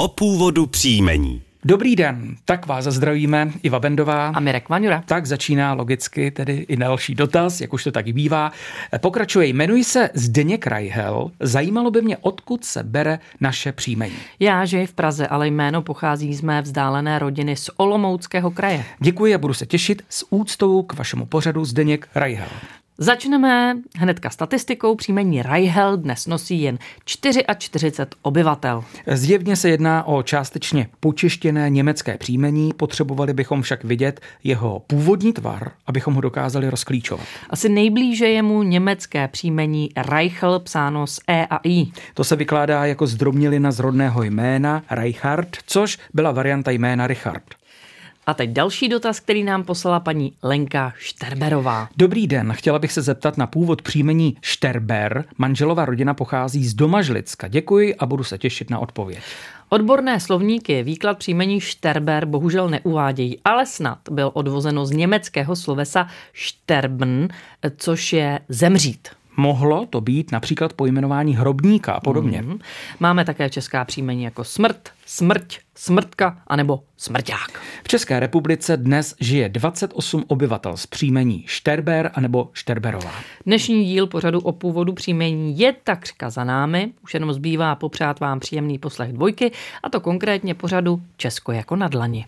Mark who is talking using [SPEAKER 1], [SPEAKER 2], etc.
[SPEAKER 1] o původu příjmení.
[SPEAKER 2] Dobrý den, tak vás zdravíme, Iva Bendová.
[SPEAKER 3] A Mirek Vanjura.
[SPEAKER 2] Tak začíná logicky tedy i další dotaz, jak už to tak bývá. Pokračuje, jmenuji se Zdeněk Rajhel. Zajímalo by mě, odkud se bere naše příjmení.
[SPEAKER 3] Já žiji v Praze, ale jméno pochází z mé vzdálené rodiny z Olomouckého kraje.
[SPEAKER 2] Děkuji a budu se těšit s úctou k vašemu pořadu Zdeněk Rajhel.
[SPEAKER 3] Začneme hnedka statistikou. Příjmení Rajhel dnes nosí jen 44 obyvatel.
[SPEAKER 2] Zjevně se jedná o částečně počištěné německé příjmení, potřebovali bychom však vidět jeho původní tvar, abychom ho dokázali rozklíčovat.
[SPEAKER 3] Asi nejblíže je mu německé příjmení Reichel psáno s E a I.
[SPEAKER 2] To se vykládá jako zdrobnilina z rodného jména Reichard, což byla varianta jména Richard.
[SPEAKER 3] A teď další dotaz, který nám poslala paní Lenka Šterberová.
[SPEAKER 2] Dobrý den, chtěla bych se zeptat na původ příjmení Šterber. Manželová rodina pochází z Domažlicka. Děkuji a budu se těšit na odpověď.
[SPEAKER 3] Odborné slovníky výklad příjmení Šterber bohužel neuvádějí, ale snad byl odvozeno z německého slovesa Sterben, což je zemřít.
[SPEAKER 2] Mohlo to být například pojmenování hrobníka a podobně.
[SPEAKER 3] Mhm. Máme také česká příjmení jako smrt, smrť, smrtka anebo smrťák.
[SPEAKER 2] V České republice dnes žije 28 obyvatel z příjmení Šterber anebo Šterberová.
[SPEAKER 3] Dnešní díl pořadu o původu příjmení je takřka za námi. Už jenom zbývá popřát vám příjemný poslech dvojky, a to konkrétně pořadu Česko jako na dlani.